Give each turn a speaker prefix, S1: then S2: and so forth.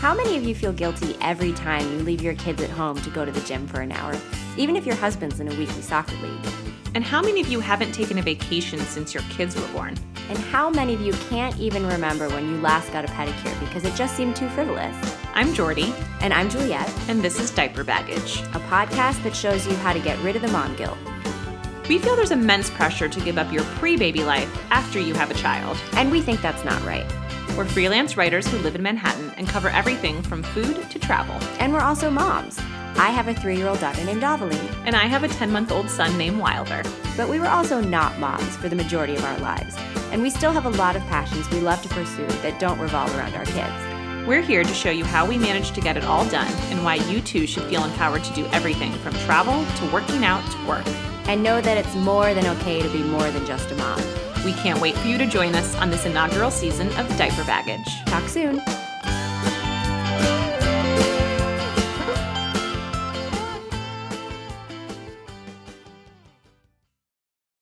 S1: How many of you feel guilty every time you leave your kids at home to go to the gym for an hour, even if your husband's in a weekly soccer league?
S2: And how many of you haven't taken a vacation since your kids were born?
S1: And how many of you can't even remember when you last got a pedicure because it just seemed too frivolous?
S2: I'm Jordy,
S1: And I'm Juliette,
S2: and this is Diaper Baggage.
S1: a podcast that shows you how to get rid of the mom guilt.
S2: We feel there's immense pressure to give up your pre baby life after you have a child.
S1: And we think that's not right.
S2: We're freelance writers who live in Manhattan and cover everything from food to travel.
S1: And we're also moms. I have a three year old daughter named Davaline,
S2: And I have a 10 month old son named Wilder.
S1: but we were also not moms for the majority of our lives. And we still have a lot of passions we love to pursue that don't revolve around our kids.
S2: We're here to show you how we managed to get it all done and why you too should feel empowered to do everything from travel to working out to work.
S1: And know that it's more than okay to be more than just a mom.
S2: We can't wait for you to join us on this inaugural season of Diaper Baggage.
S1: Talk soon.